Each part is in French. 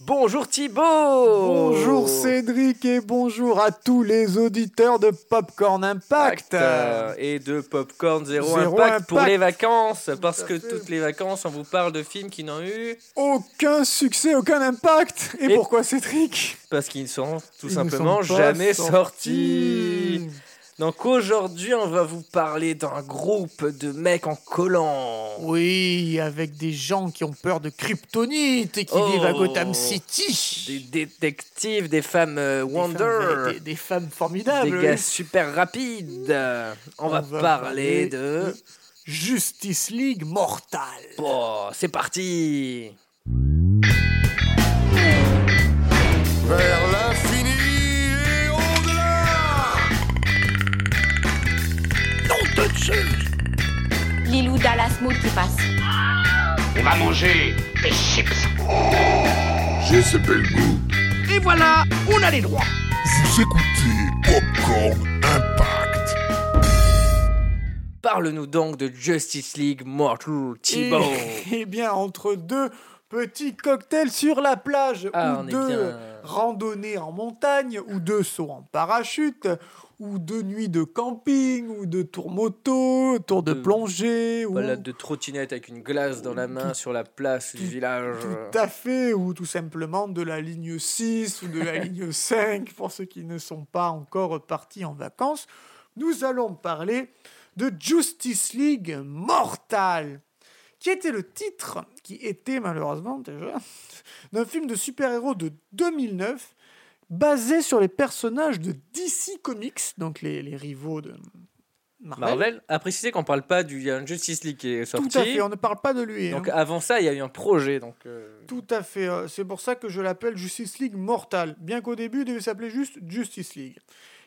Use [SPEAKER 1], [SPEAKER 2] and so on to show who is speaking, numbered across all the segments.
[SPEAKER 1] Bonjour Thibaut
[SPEAKER 2] Bonjour Cédric et bonjour à tous les auditeurs de Popcorn Impact.
[SPEAKER 1] Impact, euh, Et de Popcorn Zéro,
[SPEAKER 2] Zéro
[SPEAKER 1] impact, pour
[SPEAKER 2] Impact.
[SPEAKER 1] les vacances, parce
[SPEAKER 2] à
[SPEAKER 1] que
[SPEAKER 2] fait.
[SPEAKER 1] toutes les vacances, on vous parle de films qui n'ont eu,
[SPEAKER 2] Aucun succès, aucun impact. Et,
[SPEAKER 1] Et-
[SPEAKER 2] pourquoi Cédric
[SPEAKER 1] parce qu'ils ne sont tout
[SPEAKER 2] Ils ne
[SPEAKER 1] simplement
[SPEAKER 2] sont pas
[SPEAKER 1] jamais sortis.
[SPEAKER 2] sortis.
[SPEAKER 1] Donc aujourd'hui, on va vous parler d'un groupe de mecs en collant.
[SPEAKER 2] Oui, avec des gens qui ont peur de kryptonite et qui
[SPEAKER 1] Oh.
[SPEAKER 2] vivent à Gotham City.
[SPEAKER 1] Des détectives, des femmes euh,
[SPEAKER 2] Des
[SPEAKER 1] Wonder,
[SPEAKER 2] femmes- Des, des femmes
[SPEAKER 1] des,
[SPEAKER 2] formidables.
[SPEAKER 1] gars super rapides. On,
[SPEAKER 2] On
[SPEAKER 1] va,
[SPEAKER 2] va
[SPEAKER 1] parler
[SPEAKER 2] parler
[SPEAKER 1] de...
[SPEAKER 2] de- Justice League mortale.
[SPEAKER 1] Bon, c'est parti
[SPEAKER 3] Vers l'infini et au-delà
[SPEAKER 4] Lilou Dallas Mood qui passe.
[SPEAKER 5] On va manger des chips.
[SPEAKER 3] J'ai ce bel goût.
[SPEAKER 5] Et voilà, on a les droits.
[SPEAKER 3] Vous écoutez Popcorn Impact.
[SPEAKER 1] Parle-nous donc de Justice League Mortal Thibaut.
[SPEAKER 2] Et, et bien, entre deux petits cocktails sur la plage,
[SPEAKER 1] Ah, on
[SPEAKER 2] ou
[SPEAKER 1] est
[SPEAKER 2] deux
[SPEAKER 1] bien.
[SPEAKER 2] randonnées en montagne, ou deux sauts en parachute, ou deux nuits de camping, ou de tours moto, tours de
[SPEAKER 1] De-
[SPEAKER 2] plongée, ou
[SPEAKER 1] Balade de trottinette avec une glace dans la main sur la place du village.
[SPEAKER 2] tout à fait, ou tout simplement de la ligne 6 ou de la ligne 5, pour ceux qui ne sont pas encore partis en vacances, nous allons parler de Justice League Mortal, qui était le titre, qui était malheureusement déjà, d'un film de super-héros de 2009, basé sur les personnages de DC Comics, donc les, les rivaux de Marvel.
[SPEAKER 1] Marvel a précisé qu'on parle pas du il y a un Justice League qui est
[SPEAKER 2] Tout
[SPEAKER 1] sorti.
[SPEAKER 2] à fait, on ne parle pas de lui.
[SPEAKER 1] Donc
[SPEAKER 2] hein.
[SPEAKER 1] avant ça, il y a eu un projet. Donc euh,
[SPEAKER 2] Tout à fait. euh, C'est pour ça que je l'appelle Justice League Mortal, bien qu'au début il devait s'appeler juste Justice League.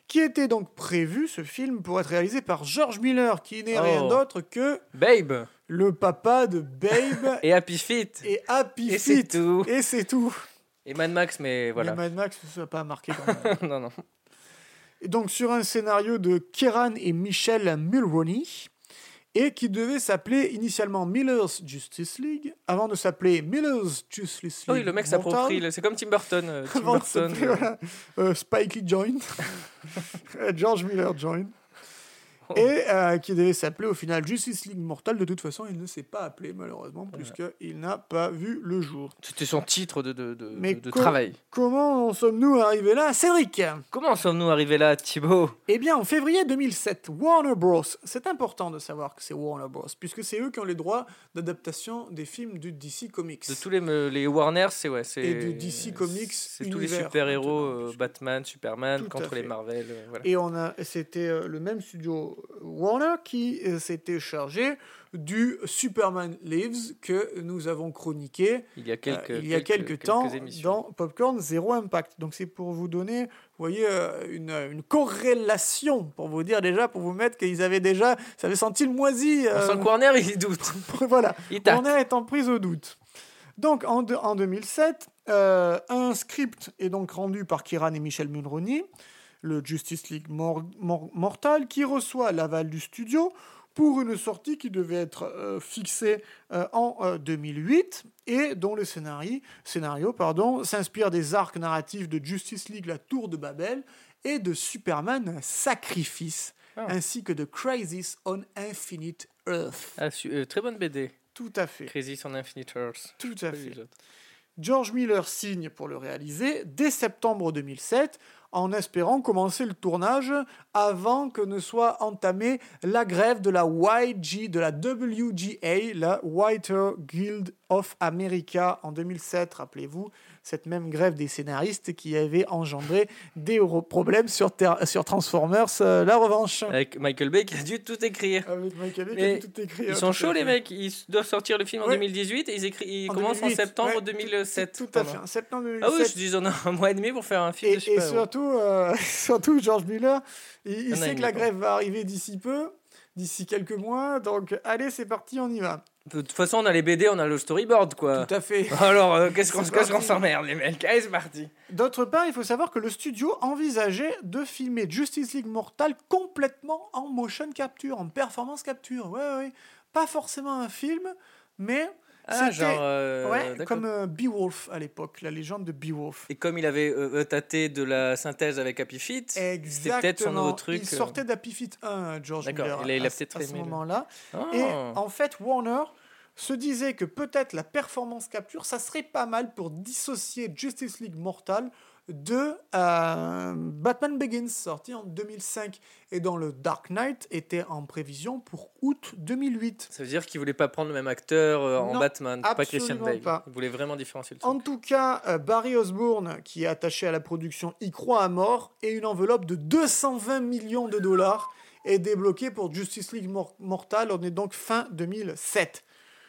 [SPEAKER 2] Qui était donc prévu ce film pour être réalisé par George Miller, qui n'est
[SPEAKER 1] Oh.
[SPEAKER 2] rien d'autre que
[SPEAKER 1] Babe
[SPEAKER 2] le papa de Babe
[SPEAKER 1] et Happy Feet.
[SPEAKER 2] et Happy
[SPEAKER 1] Et c'est
[SPEAKER 2] Feet.
[SPEAKER 1] tout.
[SPEAKER 2] Et c'est tout.
[SPEAKER 1] Et Mad Max, mais voilà.
[SPEAKER 2] Mais Mad Max, ça n'a pas marqué quand même.
[SPEAKER 1] non non.
[SPEAKER 2] Et donc sur un scénario de Keran et Michel Mulroney et qui devait s'appeler initialement Miller's Justice League avant de s'appeler Miller's Justice
[SPEAKER 1] Oh
[SPEAKER 2] League.
[SPEAKER 1] oui, le mec
[SPEAKER 2] Mortal.
[SPEAKER 1] s'approprie. le- C'est comme Tim Burton. euh, Tim
[SPEAKER 2] Avant de
[SPEAKER 1] Burton.
[SPEAKER 2] s'appeler,
[SPEAKER 1] euh,
[SPEAKER 2] voilà, euh, Spike Lee Joint, Euh, George Miller Joint,
[SPEAKER 1] Oh.
[SPEAKER 2] et euh, qui devait s'appeler au final Justice League Mortal. De toute façon, il ne s'est pas appelé malheureusement, puisqu'il n'a pas vu le jour.
[SPEAKER 1] C'était son titre de, de, de-
[SPEAKER 2] Mais
[SPEAKER 1] de- de
[SPEAKER 2] co-
[SPEAKER 1] travail.
[SPEAKER 2] Comment en sommes-nous arrivés là Cédric
[SPEAKER 1] Comment en sommes-nous arrivés là, Thibaut
[SPEAKER 2] Eh bien, en février 2007, Warner Bros. C'est important de savoir que c'est Warner Bros. Puisque c'est eux qui ont les droits d'adaptation des films du DC Comics.
[SPEAKER 1] De tous les, me- les Warner, c'est ouais, c'est.
[SPEAKER 2] Et de DC Comics
[SPEAKER 1] C'est tous les
[SPEAKER 2] univers,
[SPEAKER 1] super-héros,
[SPEAKER 2] maintenant,
[SPEAKER 1] euh,
[SPEAKER 2] puisque-
[SPEAKER 1] Batman, Superman,
[SPEAKER 2] Tout à
[SPEAKER 1] contre les
[SPEAKER 2] fait.
[SPEAKER 1] Marvel. euh, voilà.
[SPEAKER 2] Et on a, c'était euh, le même studio Warner qui euh, s'était chargé du Superman Lives que nous avons chroniqué
[SPEAKER 1] Il y a
[SPEAKER 2] euh,
[SPEAKER 1] quelques,
[SPEAKER 2] il y a quelques, temps
[SPEAKER 1] émissions.
[SPEAKER 2] dans Popcorn Zéro Impact. Donc c'est pour vous donner, vous voyez, euh, une, une corrélation pour vous dire déjà, pour vous mettre qu'ils avaient déjà, ça avait senti le moisi.
[SPEAKER 1] On
[SPEAKER 2] euh,
[SPEAKER 1] sent le corner, il y doute.
[SPEAKER 2] voilà.
[SPEAKER 1] Il tâte.
[SPEAKER 2] On est en prise au doute. Donc en, de- en 2007, euh, un script est donc rendu par Kiran et Michel Mulroney, le Justice League Mor- Mor- Mortal, qui reçoit l'aval du studio pour une sortie qui devait être euh, fixée euh, en euh, 2008 et dont le scénario, scénario pardon, s'inspire des arcs narratifs de Justice League La Tour de Babel et de Superman Sacrifice,
[SPEAKER 1] Ah.
[SPEAKER 2] ainsi que de Crisis on Infinite Earth.
[SPEAKER 1] Ah, su- euh, très bonne BD,
[SPEAKER 2] Tout à fait.
[SPEAKER 1] Crisis on Infinite Earth.
[SPEAKER 2] Tout à fait.
[SPEAKER 1] Les autres.
[SPEAKER 2] George Miller signe pour le réaliser dès septembre 2007 en espérant commencer le tournage avant que ne soit entamée la grève de la YG, de la WGA, la Writer Guild of America en 2007, rappelez-vous, cette même grève des scénaristes qui avait engendré des gros problèmes sur, Ter- sur Transformers, euh, la revanche.
[SPEAKER 1] Avec Michael Bay qui a dû tout écrire.
[SPEAKER 2] Avec Mike Abbey qui a
[SPEAKER 1] Mais
[SPEAKER 2] tout écrit, hein,
[SPEAKER 1] Ils sont
[SPEAKER 2] Ah, tout à
[SPEAKER 1] chauds les
[SPEAKER 2] fait.
[SPEAKER 1] mecs, ils doivent sortir le film en
[SPEAKER 2] Ouais.
[SPEAKER 1] 2018 et ils, écri- ils
[SPEAKER 2] En
[SPEAKER 1] commencent
[SPEAKER 2] 2008,
[SPEAKER 1] en septembre
[SPEAKER 2] ouais, tout-
[SPEAKER 1] 2007.
[SPEAKER 2] Tout à
[SPEAKER 1] pardon.
[SPEAKER 2] fait, en septembre 2007.
[SPEAKER 1] Ah oui, je dis on a un mois et demi pour faire un film
[SPEAKER 2] Et,
[SPEAKER 1] de
[SPEAKER 2] et
[SPEAKER 1] super-héros.
[SPEAKER 2] surtout, euh, surtout George Miller, il, il
[SPEAKER 1] Un an et
[SPEAKER 2] sait que
[SPEAKER 1] demi,
[SPEAKER 2] la
[SPEAKER 1] quoi.
[SPEAKER 2] grève va arriver d'ici peu, d'ici quelques mois. Donc, allez, c'est parti, on y va.
[SPEAKER 1] De toute façon, on a les BD, on a le storyboard quoi.
[SPEAKER 2] Tout à fait.
[SPEAKER 1] Alors, euh, qu'est-ce qu'on
[SPEAKER 2] C'est
[SPEAKER 1] qu'est-ce qu'on
[SPEAKER 2] parti.
[SPEAKER 1] s'emmerde les mecs Allez, c'est parti.
[SPEAKER 2] D'autre part, il faut savoir que le studio envisageait de filmer Justice League Mortal complètement en motion capture, en performance capture. Ouais, ouais. Pas forcément un film, mais
[SPEAKER 1] Ah,
[SPEAKER 2] C'était-
[SPEAKER 1] genre. euh,
[SPEAKER 2] ouais,
[SPEAKER 1] d'accord.
[SPEAKER 2] comme euh, Beowulf à l'époque, la légende de Beowulf.
[SPEAKER 1] Et comme il avait euh, euh, tâté de la synthèse avec Happy Feet,
[SPEAKER 2] Exactement.
[SPEAKER 1] peut-être son nouveau truc,
[SPEAKER 2] Il
[SPEAKER 1] euh.
[SPEAKER 2] sortait d'Happy Feet 1, euh, George
[SPEAKER 1] D'accord,
[SPEAKER 2] Miller,
[SPEAKER 1] il a- il a
[SPEAKER 2] à, ce-
[SPEAKER 1] peut-être
[SPEAKER 2] à ce
[SPEAKER 1] aimé le-
[SPEAKER 2] moment-là.
[SPEAKER 1] Ah.
[SPEAKER 2] Et en fait, Warner se disait que peut-être la performance capture, ça serait pas mal pour dissocier Justice League Mortal de euh, Batman Begins, sorti en 2005, et dans le Dark Knight était en prévision pour août 2008.
[SPEAKER 1] ça veut dire qu'il voulait pas prendre le même acteur euh, en
[SPEAKER 2] Non,
[SPEAKER 1] Batman, pas Christian
[SPEAKER 2] absolument
[SPEAKER 1] Bale.
[SPEAKER 2] pas.
[SPEAKER 1] Il voulait vraiment différencier le truc.
[SPEAKER 2] En tout cas, euh, Barry Osborne, qui est attaché à la production, y croit à mort, et une enveloppe de 220 millions de dollars est débloquée pour Justice League Mor- Mortal, on est donc fin 2007.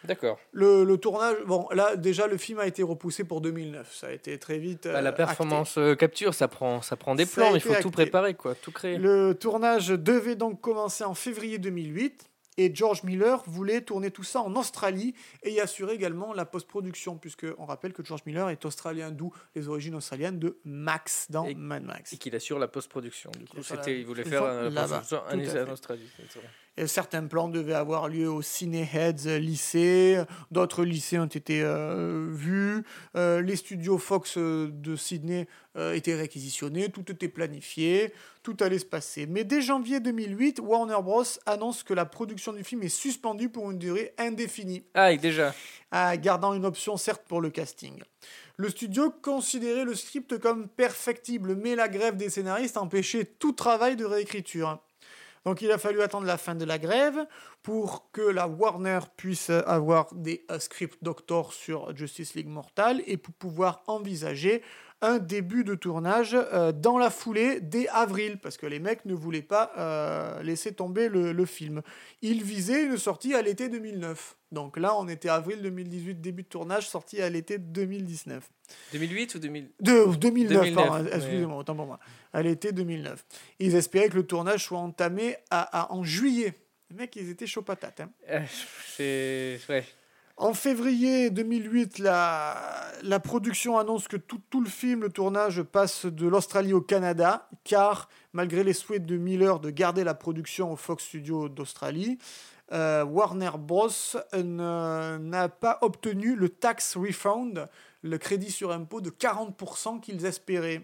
[SPEAKER 1] D'accord.
[SPEAKER 2] Le, le tournage, bon, là déjà le film a été repoussé pour 2009, ça a été très vite. euh,
[SPEAKER 1] Bah, la
[SPEAKER 2] acté.
[SPEAKER 1] performance euh, capture, ça prend, ça prend des
[SPEAKER 2] Ça a
[SPEAKER 1] plans, mais il
[SPEAKER 2] été
[SPEAKER 1] faut
[SPEAKER 2] acté.
[SPEAKER 1] tout préparer, quoi, tout créer.
[SPEAKER 2] Le tournage devait donc commencer en février 2008 et George Miller voulait tourner tout ça en Australie et y assurer également la post-production, puisque on rappelle que George Miller est australien, d'où les origines australiennes de Max dans
[SPEAKER 1] Et-
[SPEAKER 2] Mad Max.
[SPEAKER 1] Et qu'il assure la post-production. Du coup,
[SPEAKER 2] assure la
[SPEAKER 1] c'était, il voulait
[SPEAKER 2] production
[SPEAKER 1] faire euh, la
[SPEAKER 2] là-bas.
[SPEAKER 1] post-production
[SPEAKER 2] Tout à
[SPEAKER 1] un-
[SPEAKER 2] fait.
[SPEAKER 1] en Australie. c'est vrai.
[SPEAKER 2] Et certains plans devaient avoir lieu au Cineheads euh, lycée, d'autres lycées ont été euh, vus, euh, les studios Fox euh, de Sydney euh, étaient réquisitionnés, tout était planifié, tout allait se passer. Mais dès janvier 2008, Warner Bros. annonce que la production du film est suspendue pour une durée indéfinie
[SPEAKER 1] Ah, et déjà.
[SPEAKER 2] à- gardant une option certes pour le casting. Le studio considérait le script comme perfectible, mais la grève des scénaristes empêchait tout travail de réécriture. Donc il a fallu attendre la fin de la grève pour que la Warner puisse avoir des euh, script doctors sur Justice League Mortal et pour pouvoir envisager un début de tournage euh, dans la foulée dès avril, parce que les mecs ne voulaient pas euh, laisser tomber le, le film. Ils visaient une sortie à l'été 2009. Donc là, on était avril 2018, début de tournage, sortie à l'été 2019.
[SPEAKER 1] 2008 ou 2000
[SPEAKER 2] De 2009,
[SPEAKER 1] 2009,
[SPEAKER 2] pardon,
[SPEAKER 1] mais-
[SPEAKER 2] excusez-moi, autant pour moi. À l'été 2009. Ils espéraient que le tournage soit entamé à, à- en juillet. Les mecs, ils étaient chauds patates. hein.
[SPEAKER 1] Euh, C'est. Ouais.
[SPEAKER 2] En février 2008, la, la production annonce que tout, tout le film, le tournage, passe de l'Australie au Canada, car malgré les souhaits de Miller de garder la production au Fox Studio d'Australie, euh, Warner Bros. euh, ne- n'a pas obtenu le tax refund, le crédit sur impôt de 40% qu'ils espéraient.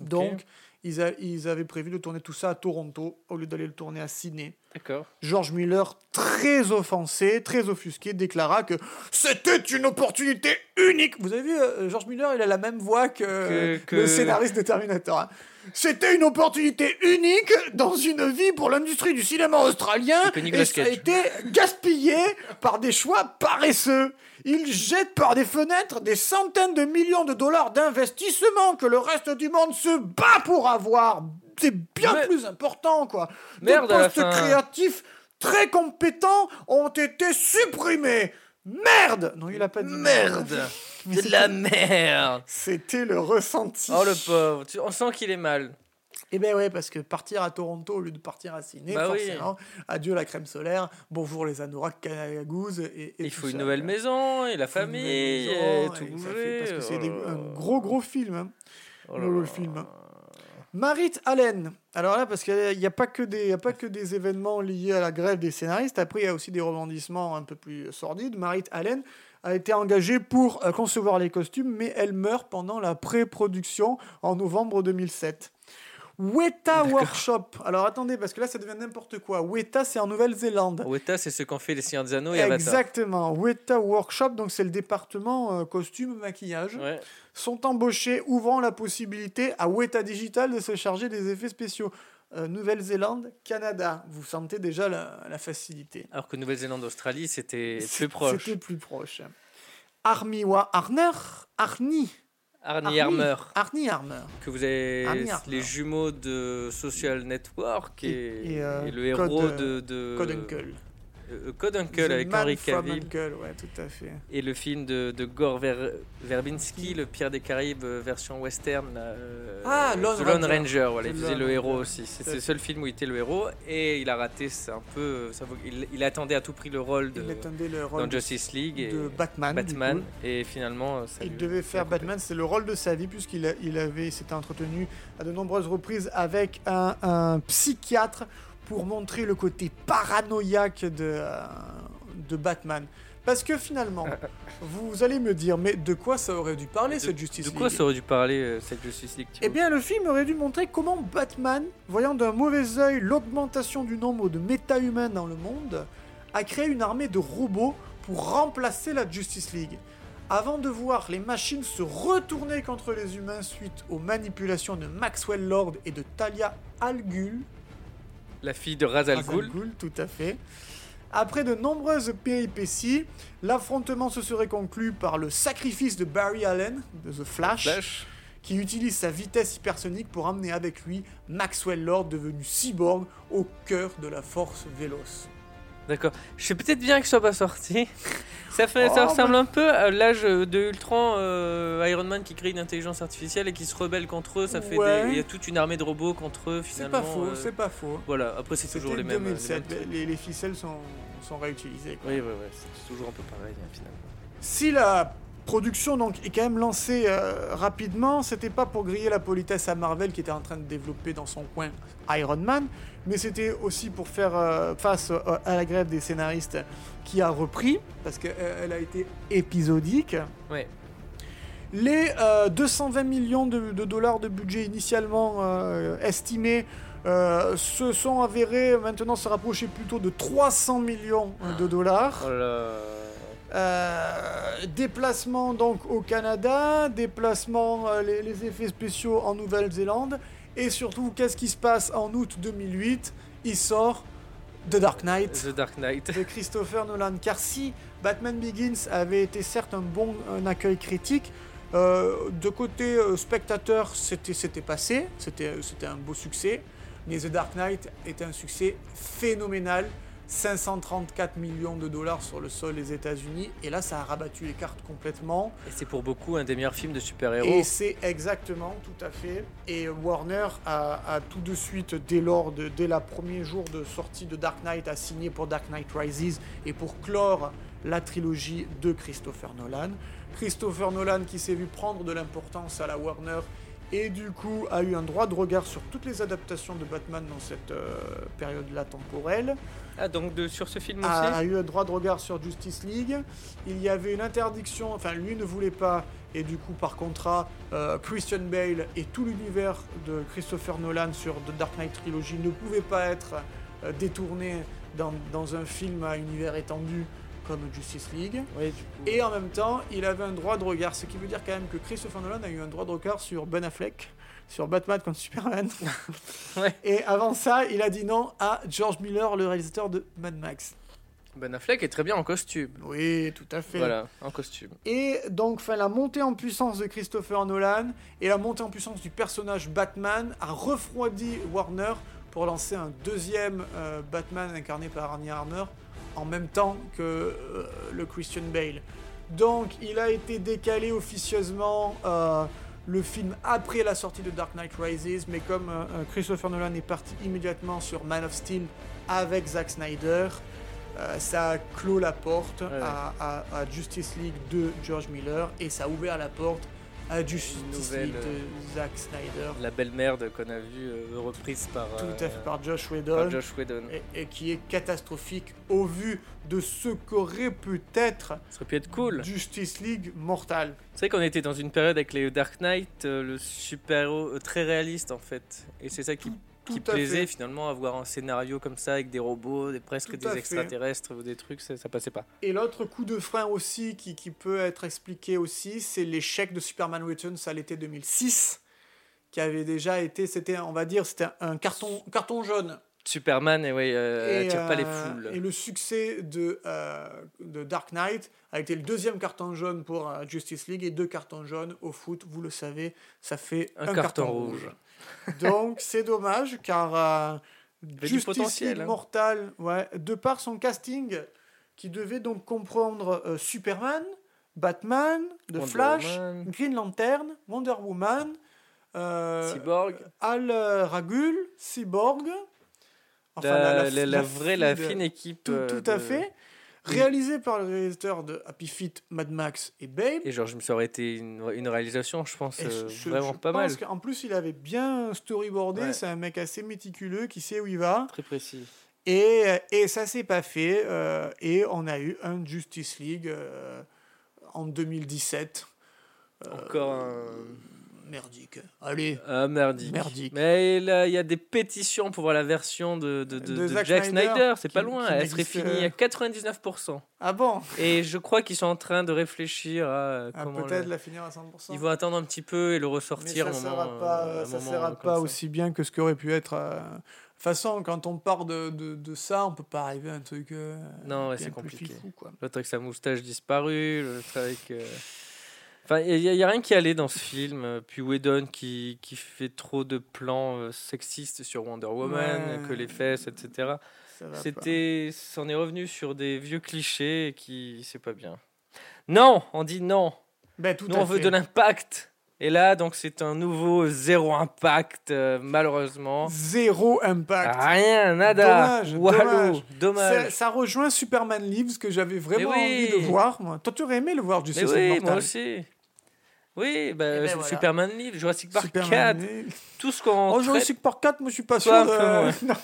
[SPEAKER 2] Donc, ils, a- ils avaient prévu de tourner tout ça à Toronto au lieu d'aller le tourner à Sydney.
[SPEAKER 1] D'accord.
[SPEAKER 2] George Miller, très offensé, très offusqué, déclara que c'était une opportunité unique. Vous avez vu, euh, George Miller, il a la même voix que, euh,
[SPEAKER 1] Que- que-
[SPEAKER 2] le scénariste de Terminator. hein. C'était une opportunité unique dans une vie pour l'industrie du cinéma australien
[SPEAKER 1] C'est que Nicolas
[SPEAKER 2] et ça a
[SPEAKER 1] Cage.
[SPEAKER 2] été gaspillé par des choix paresseux. Il jette par des fenêtres des centaines de millions de dollars d'investissement que le reste du monde se bat pour avoir. C'est bien
[SPEAKER 1] Mais-
[SPEAKER 2] plus important, quoi
[SPEAKER 1] Merde,
[SPEAKER 2] des
[SPEAKER 1] à la
[SPEAKER 2] postes
[SPEAKER 1] fin.
[SPEAKER 2] créatifs très compétents ont été supprimés. Merde Non, il a pas dit
[SPEAKER 1] Merde C'est de la merde
[SPEAKER 2] C'était le ressenti.
[SPEAKER 1] Oh le pauvre, Tu- on sent qu'il est mal.
[SPEAKER 2] Eh ben ouais, parce que partir à Toronto au lieu de partir à Sydney,
[SPEAKER 1] Bah oui.
[SPEAKER 2] forcément, adieu la crème solaire, bonjour les anoraks canagouses et, et
[SPEAKER 1] Il
[SPEAKER 2] tout
[SPEAKER 1] faut une
[SPEAKER 2] ça,
[SPEAKER 1] nouvelle
[SPEAKER 2] quoi.
[SPEAKER 1] maison et la
[SPEAKER 2] Faut une nouvelle
[SPEAKER 1] famille
[SPEAKER 2] maison,
[SPEAKER 1] et
[SPEAKER 2] et
[SPEAKER 1] tout
[SPEAKER 2] ça fait-
[SPEAKER 1] bouger.
[SPEAKER 2] Parce que c'est
[SPEAKER 1] Oh
[SPEAKER 2] des-
[SPEAKER 1] là
[SPEAKER 2] un
[SPEAKER 1] là.
[SPEAKER 2] gros gros film, hein,
[SPEAKER 1] Oh là
[SPEAKER 2] le, le
[SPEAKER 1] là.
[SPEAKER 2] film. hein. Marit Allen. Alors là, parce qu'il n'y a, pas que des- il y a pas que des événements liés à la grève des scénaristes, après il y a aussi des rebondissements un peu plus sordides. Marit Allen a été engagée pour euh, concevoir les costumes, mais elle meurt pendant la pré-production en novembre 2007. Weta Workshop. Alors attendez, parce que là ça devient n'importe quoi. Weta, c'est en Nouvelle-Zélande.
[SPEAKER 1] Weta, c'est ce qu'ont fait les Seigneurs des Anneaux et Avatar.
[SPEAKER 2] Exactement. Weta Workshop, donc c'est le département euh, costume, maquillage
[SPEAKER 1] Ouais.
[SPEAKER 2] sont embauchés, ouvrant la possibilité à Weta Digital de se charger des effets spéciaux. Euh, Nouvelle-Zélande, Canada, vous sentez déjà la, la facilité.
[SPEAKER 1] Alors que Nouvelle-Zélande, Australie, c'était
[SPEAKER 2] C'est-
[SPEAKER 1] plus proche.
[SPEAKER 2] C'était plus proche. Armiwa Arner, Arnie,
[SPEAKER 1] Arnie
[SPEAKER 2] Arnie.
[SPEAKER 1] Armer,
[SPEAKER 2] Arnie Armer.
[SPEAKER 1] que vous avez
[SPEAKER 2] Arnie Armour.
[SPEAKER 1] les jumeaux de Social Network et,
[SPEAKER 2] Et- et, euh,
[SPEAKER 1] et le
[SPEAKER 2] Code,
[SPEAKER 1] héros
[SPEAKER 2] euh,
[SPEAKER 1] de, de-
[SPEAKER 2] Code Uncle.
[SPEAKER 1] Euh, Code Uncle
[SPEAKER 2] The
[SPEAKER 1] avec
[SPEAKER 2] Man
[SPEAKER 1] Henry
[SPEAKER 2] from
[SPEAKER 1] Cavill
[SPEAKER 2] Uncle, ouais, tout à fait.
[SPEAKER 1] et le film de, de Gore Ver- Verbinski, le Pierre des Caraïbes euh, version western. là, euh,
[SPEAKER 2] Ah, Lone
[SPEAKER 1] The Lone
[SPEAKER 2] Ranger.
[SPEAKER 1] Ranger. voilà, il
[SPEAKER 2] The
[SPEAKER 1] faisait
[SPEAKER 2] Lone
[SPEAKER 1] le héros
[SPEAKER 2] Ranger.
[SPEAKER 1] aussi.
[SPEAKER 2] à
[SPEAKER 1] C'était le
[SPEAKER 2] fait.
[SPEAKER 1] seul film où il était le héros et il a raté c'est un peu. euh, ça vaut- il, il attendait à tout prix le rôle de,
[SPEAKER 2] Il attendait le rôle
[SPEAKER 1] dans
[SPEAKER 2] de,
[SPEAKER 1] Justice League et
[SPEAKER 2] de Batman. du
[SPEAKER 1] Batman
[SPEAKER 2] coup.
[SPEAKER 1] et finalement euh, ça
[SPEAKER 2] Il
[SPEAKER 1] lui-
[SPEAKER 2] devait faire
[SPEAKER 1] ça lui a
[SPEAKER 2] Batman, c'est le rôle de sa vie puisqu'il a- il avait il s'était entretenu à de nombreuses reprises avec un, un psychiatre pour montrer le côté paranoïaque de, euh, de Batman. Parce que finalement, vous allez me dire, mais de quoi ça aurait dû parler cette Justice
[SPEAKER 1] De quoi
[SPEAKER 2] League
[SPEAKER 1] ça aurait dû parler euh, cette Justice League Thibaut
[SPEAKER 2] Eh bien, le film aurait dû montrer comment Batman, voyant d'un mauvais œil l'augmentation du nombre de méta-humains dans le monde, a créé une armée de robots pour remplacer la Justice League. Avant de voir les machines se retourner contre les humains suite aux manipulations de Maxwell Lord et de Talia Al Ghul,
[SPEAKER 1] La fille de Razal
[SPEAKER 2] Razal
[SPEAKER 1] Ghul.
[SPEAKER 2] Ghul, tout à fait. Après de nombreuses péripéties, l'affrontement se serait conclu par le sacrifice de Barry Allen, de The Flash,
[SPEAKER 1] Flash.
[SPEAKER 2] qui utilise sa vitesse hypersonique pour amener avec lui Maxwell Lord, devenu cyborg, au cœur de la force Véloce.
[SPEAKER 1] D'accord. Je sais peut-être bien que ça soit pas sorti. Ça, fait,
[SPEAKER 2] Oh,
[SPEAKER 1] ça ressemble un peu à l'âge de Ultron, euh, Iron Man qui crée une intelligence artificielle et qui se rebelle contre eux. Ça fait
[SPEAKER 2] Ouais.
[SPEAKER 1] des- Il y a toute une armée de robots contre eux
[SPEAKER 2] C'est
[SPEAKER 1] finalement.
[SPEAKER 2] pas faux,
[SPEAKER 1] euh,
[SPEAKER 2] c'est pas faux.
[SPEAKER 1] Voilà, après c'est toujours
[SPEAKER 2] C'était
[SPEAKER 1] les mêmes.
[SPEAKER 2] 2007,
[SPEAKER 1] les mêmes
[SPEAKER 2] les, les ficelles sont, sont réutilisées.
[SPEAKER 1] trucs. Oui, oui, oui, c'est toujours un peu pareil hein, finalement.
[SPEAKER 2] Si la production donc est quand même lancée euh, rapidement, c'était pas pour griller la politesse à Marvel qui était en train de développer dans son coin Iron Man, mais c'était aussi pour faire euh, face euh, à la grève des scénaristes qui a repris parce qu'elle a été épisodique.
[SPEAKER 1] Ouais.
[SPEAKER 2] Les euh, 220 millions de, de dollars de budget initialement euh, estimés euh, se sont avérés maintenant se rapprocher plutôt de 300 millions euh, de dollars.
[SPEAKER 1] Oh là.
[SPEAKER 2] Euh, déplacement donc au Canada, déplacement euh, les, les effets spéciaux en Nouvelle-Zélande et surtout qu'est-ce qui se passe en août 2008 Il sort The Dark Knight
[SPEAKER 1] The Dark Knight.
[SPEAKER 2] de Christopher Nolan car si Batman Begins avait été certes un bon un accueil critique euh, de côté euh, spectateur c'était c'était passé c'était c'était un beau succès mais The Dark Knight est un succès phénoménal 534 millions de dollars sur le sol des États-Unis et là ça a rabattu les cartes complètement
[SPEAKER 1] Et c'est pour beaucoup un des meilleurs films de super-héros.
[SPEAKER 2] et c'est exactement, tout à fait. Et Warner a, a tout de suite, dès lors, de- dès le premier jour de sortie de Dark Knight, a signé pour Dark Knight Rises et pour clore la trilogie de Christopher Nolan. Christopher Nolan qui s'est vu prendre de l'importance à la Warner et du coup a eu un droit de regard sur toutes les adaptations de Batman dans cette euh, période-là temporelle
[SPEAKER 1] Ah, donc de, sur ce film aussi
[SPEAKER 2] a, a eu un droit de regard sur Justice League. Il y avait une interdiction, enfin lui ne voulait pas, et du coup par contrat, euh, Christian Bale et tout l'univers de Christopher Nolan sur The Dark Knight Trilogy ne pouvait pas être euh, détourné dans, dans un film à univers étendu comme Justice League.
[SPEAKER 1] Oui, du coup.
[SPEAKER 2] Et en même temps, il avait un droit de regard, ce qui veut dire quand même que Christopher Nolan a eu un droit de regard sur Ben Affleck, sur Batman contre Superman.
[SPEAKER 1] Ouais.
[SPEAKER 2] Et avant ça, il a dit non à George Miller, le réalisateur de Mad Max.
[SPEAKER 1] Ben Affleck est très bien en costume.
[SPEAKER 2] Oui, tout à fait.
[SPEAKER 1] Voilà, en costume.
[SPEAKER 2] Et donc, enfin, la montée en puissance de Christopher Nolan et la montée en puissance du personnage Batman a refroidi Warner pour lancer un deuxième euh, Batman incarné par Arnie Hammer en même temps que euh, le Christian Bale. Donc, il a été décalé officieusement euh, le film après la sortie de Dark Knight Rises, mais comme euh, euh, Christopher Nolan est parti immédiatement sur Man of Steel avec Zack Snyder, euh, ça a clos la porte
[SPEAKER 1] ouais.
[SPEAKER 2] à, à- à Justice League de George Miller et ça a ouvert la porte à Justice
[SPEAKER 1] nouvelle,
[SPEAKER 2] League de Zack Snyder,
[SPEAKER 1] La belle merde qu'on a vue euh, reprise par, euh,
[SPEAKER 2] tout à fait par Josh Whedon.
[SPEAKER 1] par Josh Whedon.
[SPEAKER 2] Et, et qui est catastrophique au vu de ce qu'aurait pu être
[SPEAKER 1] Ça aurait pu être cool.
[SPEAKER 2] Justice League mortale.
[SPEAKER 1] C'est vrai qu'on était dans une période avec les Dark Knight, euh, le super-héros euh, très réaliste en fait. Et c'est ça qui,
[SPEAKER 2] Tout
[SPEAKER 1] qui
[SPEAKER 2] à
[SPEAKER 1] plaisait
[SPEAKER 2] fait.
[SPEAKER 1] finalement, avoir un scénario comme ça avec des robots, des, presque
[SPEAKER 2] Tout à
[SPEAKER 1] des
[SPEAKER 2] fait.
[SPEAKER 1] extraterrestres ou des trucs, ça, ça passait pas.
[SPEAKER 2] Et l'autre coup de frein aussi qui, qui peut être expliqué aussi, c'est l'échec de Superman Returns à l'été 2006, qui avait déjà été, c'était, on va dire, c'était un carton, carton jaune.
[SPEAKER 1] Superman, et ouais, euh, attire pas les
[SPEAKER 2] euh,
[SPEAKER 1] foules.
[SPEAKER 2] et le succès de, euh, de Dark Knight a été le deuxième carton jaune pour euh, Justice League et deux cartons jaunes au foot, vous le savez, ça fait
[SPEAKER 1] Un
[SPEAKER 2] un,
[SPEAKER 1] carton
[SPEAKER 2] carton,
[SPEAKER 1] rouge.
[SPEAKER 2] rouge. Donc c'est dommage car euh,
[SPEAKER 1] du
[SPEAKER 2] Justice
[SPEAKER 1] potentiel,
[SPEAKER 2] League
[SPEAKER 1] hein.
[SPEAKER 2] Mortal, ouais, de par son casting qui devait donc comprendre euh, Superman, Batman, The
[SPEAKER 1] Wonder
[SPEAKER 2] Flash,
[SPEAKER 1] Woman.
[SPEAKER 2] Green Lantern, Wonder Woman, euh,
[SPEAKER 1] Cyborg,
[SPEAKER 2] Al euh, Ragul, Cyborg. Enfin,
[SPEAKER 1] la, Euh, la- la
[SPEAKER 2] fille
[SPEAKER 1] vraie, la
[SPEAKER 2] de-
[SPEAKER 1] fine équipe.
[SPEAKER 2] Tout,
[SPEAKER 1] euh,
[SPEAKER 2] tout à
[SPEAKER 1] de-
[SPEAKER 2] fait. Réalisé par le réalisateur de Happy Feet, Mad Max et Babe.
[SPEAKER 1] Et genre, je me serais été une, une réalisation, je pense,
[SPEAKER 2] Et
[SPEAKER 1] euh,
[SPEAKER 2] je- je-
[SPEAKER 1] vraiment
[SPEAKER 2] je
[SPEAKER 1] pas mal.
[SPEAKER 2] pense qu'en plus, il avait bien storyboardé.
[SPEAKER 1] Ouais.
[SPEAKER 2] C'est un mec assez méticuleux qui sait où il va.
[SPEAKER 1] Très précis.
[SPEAKER 2] Et, et ça s'est pas fait. euh, et on a eu un Justice League euh, en 2017.
[SPEAKER 1] Encore un.
[SPEAKER 2] Euh, Merdique. Allez.
[SPEAKER 1] Ah, merdique.
[SPEAKER 2] Merdique.
[SPEAKER 1] Mais là, il y a des pétitions pour voir la version de, de, de-
[SPEAKER 2] De
[SPEAKER 1] de
[SPEAKER 2] Zack
[SPEAKER 1] Jack
[SPEAKER 2] Snyder,
[SPEAKER 1] Snyder. C'est pas
[SPEAKER 2] qui-
[SPEAKER 1] loin.
[SPEAKER 2] qui
[SPEAKER 1] Elle serait
[SPEAKER 2] n'existe,
[SPEAKER 1] finie
[SPEAKER 2] euh,
[SPEAKER 1] à 99%.
[SPEAKER 2] Ah bon
[SPEAKER 1] Et je crois qu'ils sont en train de réfléchir à euh,
[SPEAKER 2] Ah,
[SPEAKER 1] comment.
[SPEAKER 2] Peut-être
[SPEAKER 1] le-
[SPEAKER 2] la finir à 100%.
[SPEAKER 1] Ils vont attendre un petit peu et le
[SPEAKER 2] Mais
[SPEAKER 1] ressortir
[SPEAKER 2] ça
[SPEAKER 1] au
[SPEAKER 2] ne
[SPEAKER 1] moment.
[SPEAKER 2] sera pas,
[SPEAKER 1] euh, à un
[SPEAKER 2] ça
[SPEAKER 1] moment,
[SPEAKER 2] sera
[SPEAKER 1] euh, comme
[SPEAKER 2] pas
[SPEAKER 1] ça.
[SPEAKER 2] aussi bien que ce qu'aurait pu être. euh, De toute façon, quand on part de, de, de ça, on peut pas arriver à un truc. euh,
[SPEAKER 1] Non, ouais,
[SPEAKER 2] bien
[SPEAKER 1] c'est
[SPEAKER 2] plus
[SPEAKER 1] compliqué.
[SPEAKER 2] fifou, quoi.
[SPEAKER 1] L'autre avec sa moustache disparue, l'autre avec. euh, Enfin, il n'y a, rien qui allait dans ce film. Euh, Puis Whedon qui, qui fait trop de plans euh, sexistes sur Wonder Woman,
[SPEAKER 2] Ouais.
[SPEAKER 1] que les fesses, etc.
[SPEAKER 2] Ça va pas.
[SPEAKER 1] C'était. C'en est revenu sur des vieux clichés qui. C'est pas bien. Non On dit non
[SPEAKER 2] Ben, tout
[SPEAKER 1] Nous,
[SPEAKER 2] à
[SPEAKER 1] on veut
[SPEAKER 2] fait.
[SPEAKER 1] de l'impact Et là, donc, c'est un nouveau zéro impact, euh, malheureusement.
[SPEAKER 2] Zéro impact.
[SPEAKER 1] Rien, nada
[SPEAKER 2] Dommage,
[SPEAKER 1] Walou, Ah, dommage
[SPEAKER 2] Ça, ça rejoint Superman Lives que j'avais vraiment
[SPEAKER 1] Mais oui.
[SPEAKER 2] envie de voir. Moi. Toi, tu aurais aimé le voir du
[SPEAKER 1] Mais
[SPEAKER 2] Justice
[SPEAKER 1] oui,
[SPEAKER 2] League
[SPEAKER 1] moi
[SPEAKER 2] Mortal.
[SPEAKER 1] aussi. Oui, bah,
[SPEAKER 2] ben
[SPEAKER 1] c'est
[SPEAKER 2] voilà.
[SPEAKER 1] Superman Live, Jurassic Park
[SPEAKER 2] Superman
[SPEAKER 1] 4,
[SPEAKER 2] Lives.
[SPEAKER 1] tout ce qu'on.
[SPEAKER 2] Oh,
[SPEAKER 1] traite.
[SPEAKER 2] Jurassic Park 4, moi, je suis pas sûr.
[SPEAKER 1] Toi, un
[SPEAKER 2] de... Non.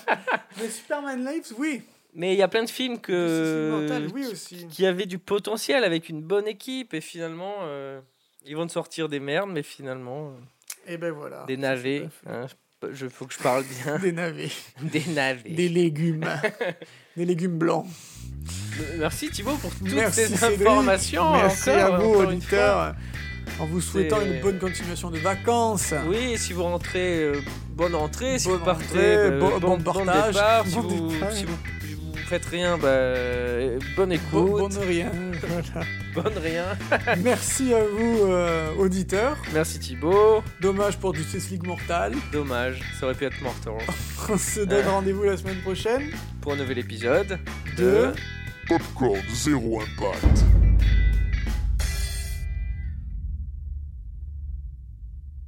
[SPEAKER 2] Mais Superman Lives, oui.
[SPEAKER 1] Mais il y a plein de films
[SPEAKER 2] Justice League
[SPEAKER 1] que.
[SPEAKER 2] Mortal, oui aussi.
[SPEAKER 1] qui avaient du potentiel avec une bonne équipe et finalement. euh, Ils vont te sortir des merdes, mais finalement, euh,
[SPEAKER 2] Et ben voilà.
[SPEAKER 1] des navets. hein. je faut que je parle bien.
[SPEAKER 2] Des navets.
[SPEAKER 1] des navets.
[SPEAKER 2] Des légumes. Des légumes blancs.
[SPEAKER 1] Merci Thibaut pour toutes
[SPEAKER 2] Merci,
[SPEAKER 1] ces
[SPEAKER 2] Cédric.
[SPEAKER 1] informations.
[SPEAKER 2] Merci
[SPEAKER 1] encore,
[SPEAKER 2] à vous,
[SPEAKER 1] encore une
[SPEAKER 2] auditeurs. En vous souhaitant
[SPEAKER 1] C'est-
[SPEAKER 2] une bonne continuation de vacances.
[SPEAKER 1] fois. Oui, et si vous rentrez, euh, bonne rentrée. si
[SPEAKER 2] Bonne
[SPEAKER 1] vous partez,
[SPEAKER 2] rentrée,
[SPEAKER 1] bah,
[SPEAKER 2] bon-
[SPEAKER 1] bon,
[SPEAKER 2] bon
[SPEAKER 1] bon
[SPEAKER 2] portage,
[SPEAKER 1] départ. Si,
[SPEAKER 2] bon
[SPEAKER 1] vous,
[SPEAKER 2] départ.
[SPEAKER 1] si vous, si vous faites rien, bah, euh, bonne écoute.
[SPEAKER 2] Bon, bon de rien.
[SPEAKER 1] Bonne rien.
[SPEAKER 2] Merci à vous, euh, auditeurs.
[SPEAKER 1] Merci Thibaut.
[SPEAKER 2] Dommage pour Justice League Mortal.
[SPEAKER 1] Dommage, ça aurait pu être mortel.
[SPEAKER 2] On se donne rendez-vous la semaine prochaine.
[SPEAKER 1] Pour un nouvel épisode
[SPEAKER 2] De-
[SPEAKER 3] Popcorn zéro impact.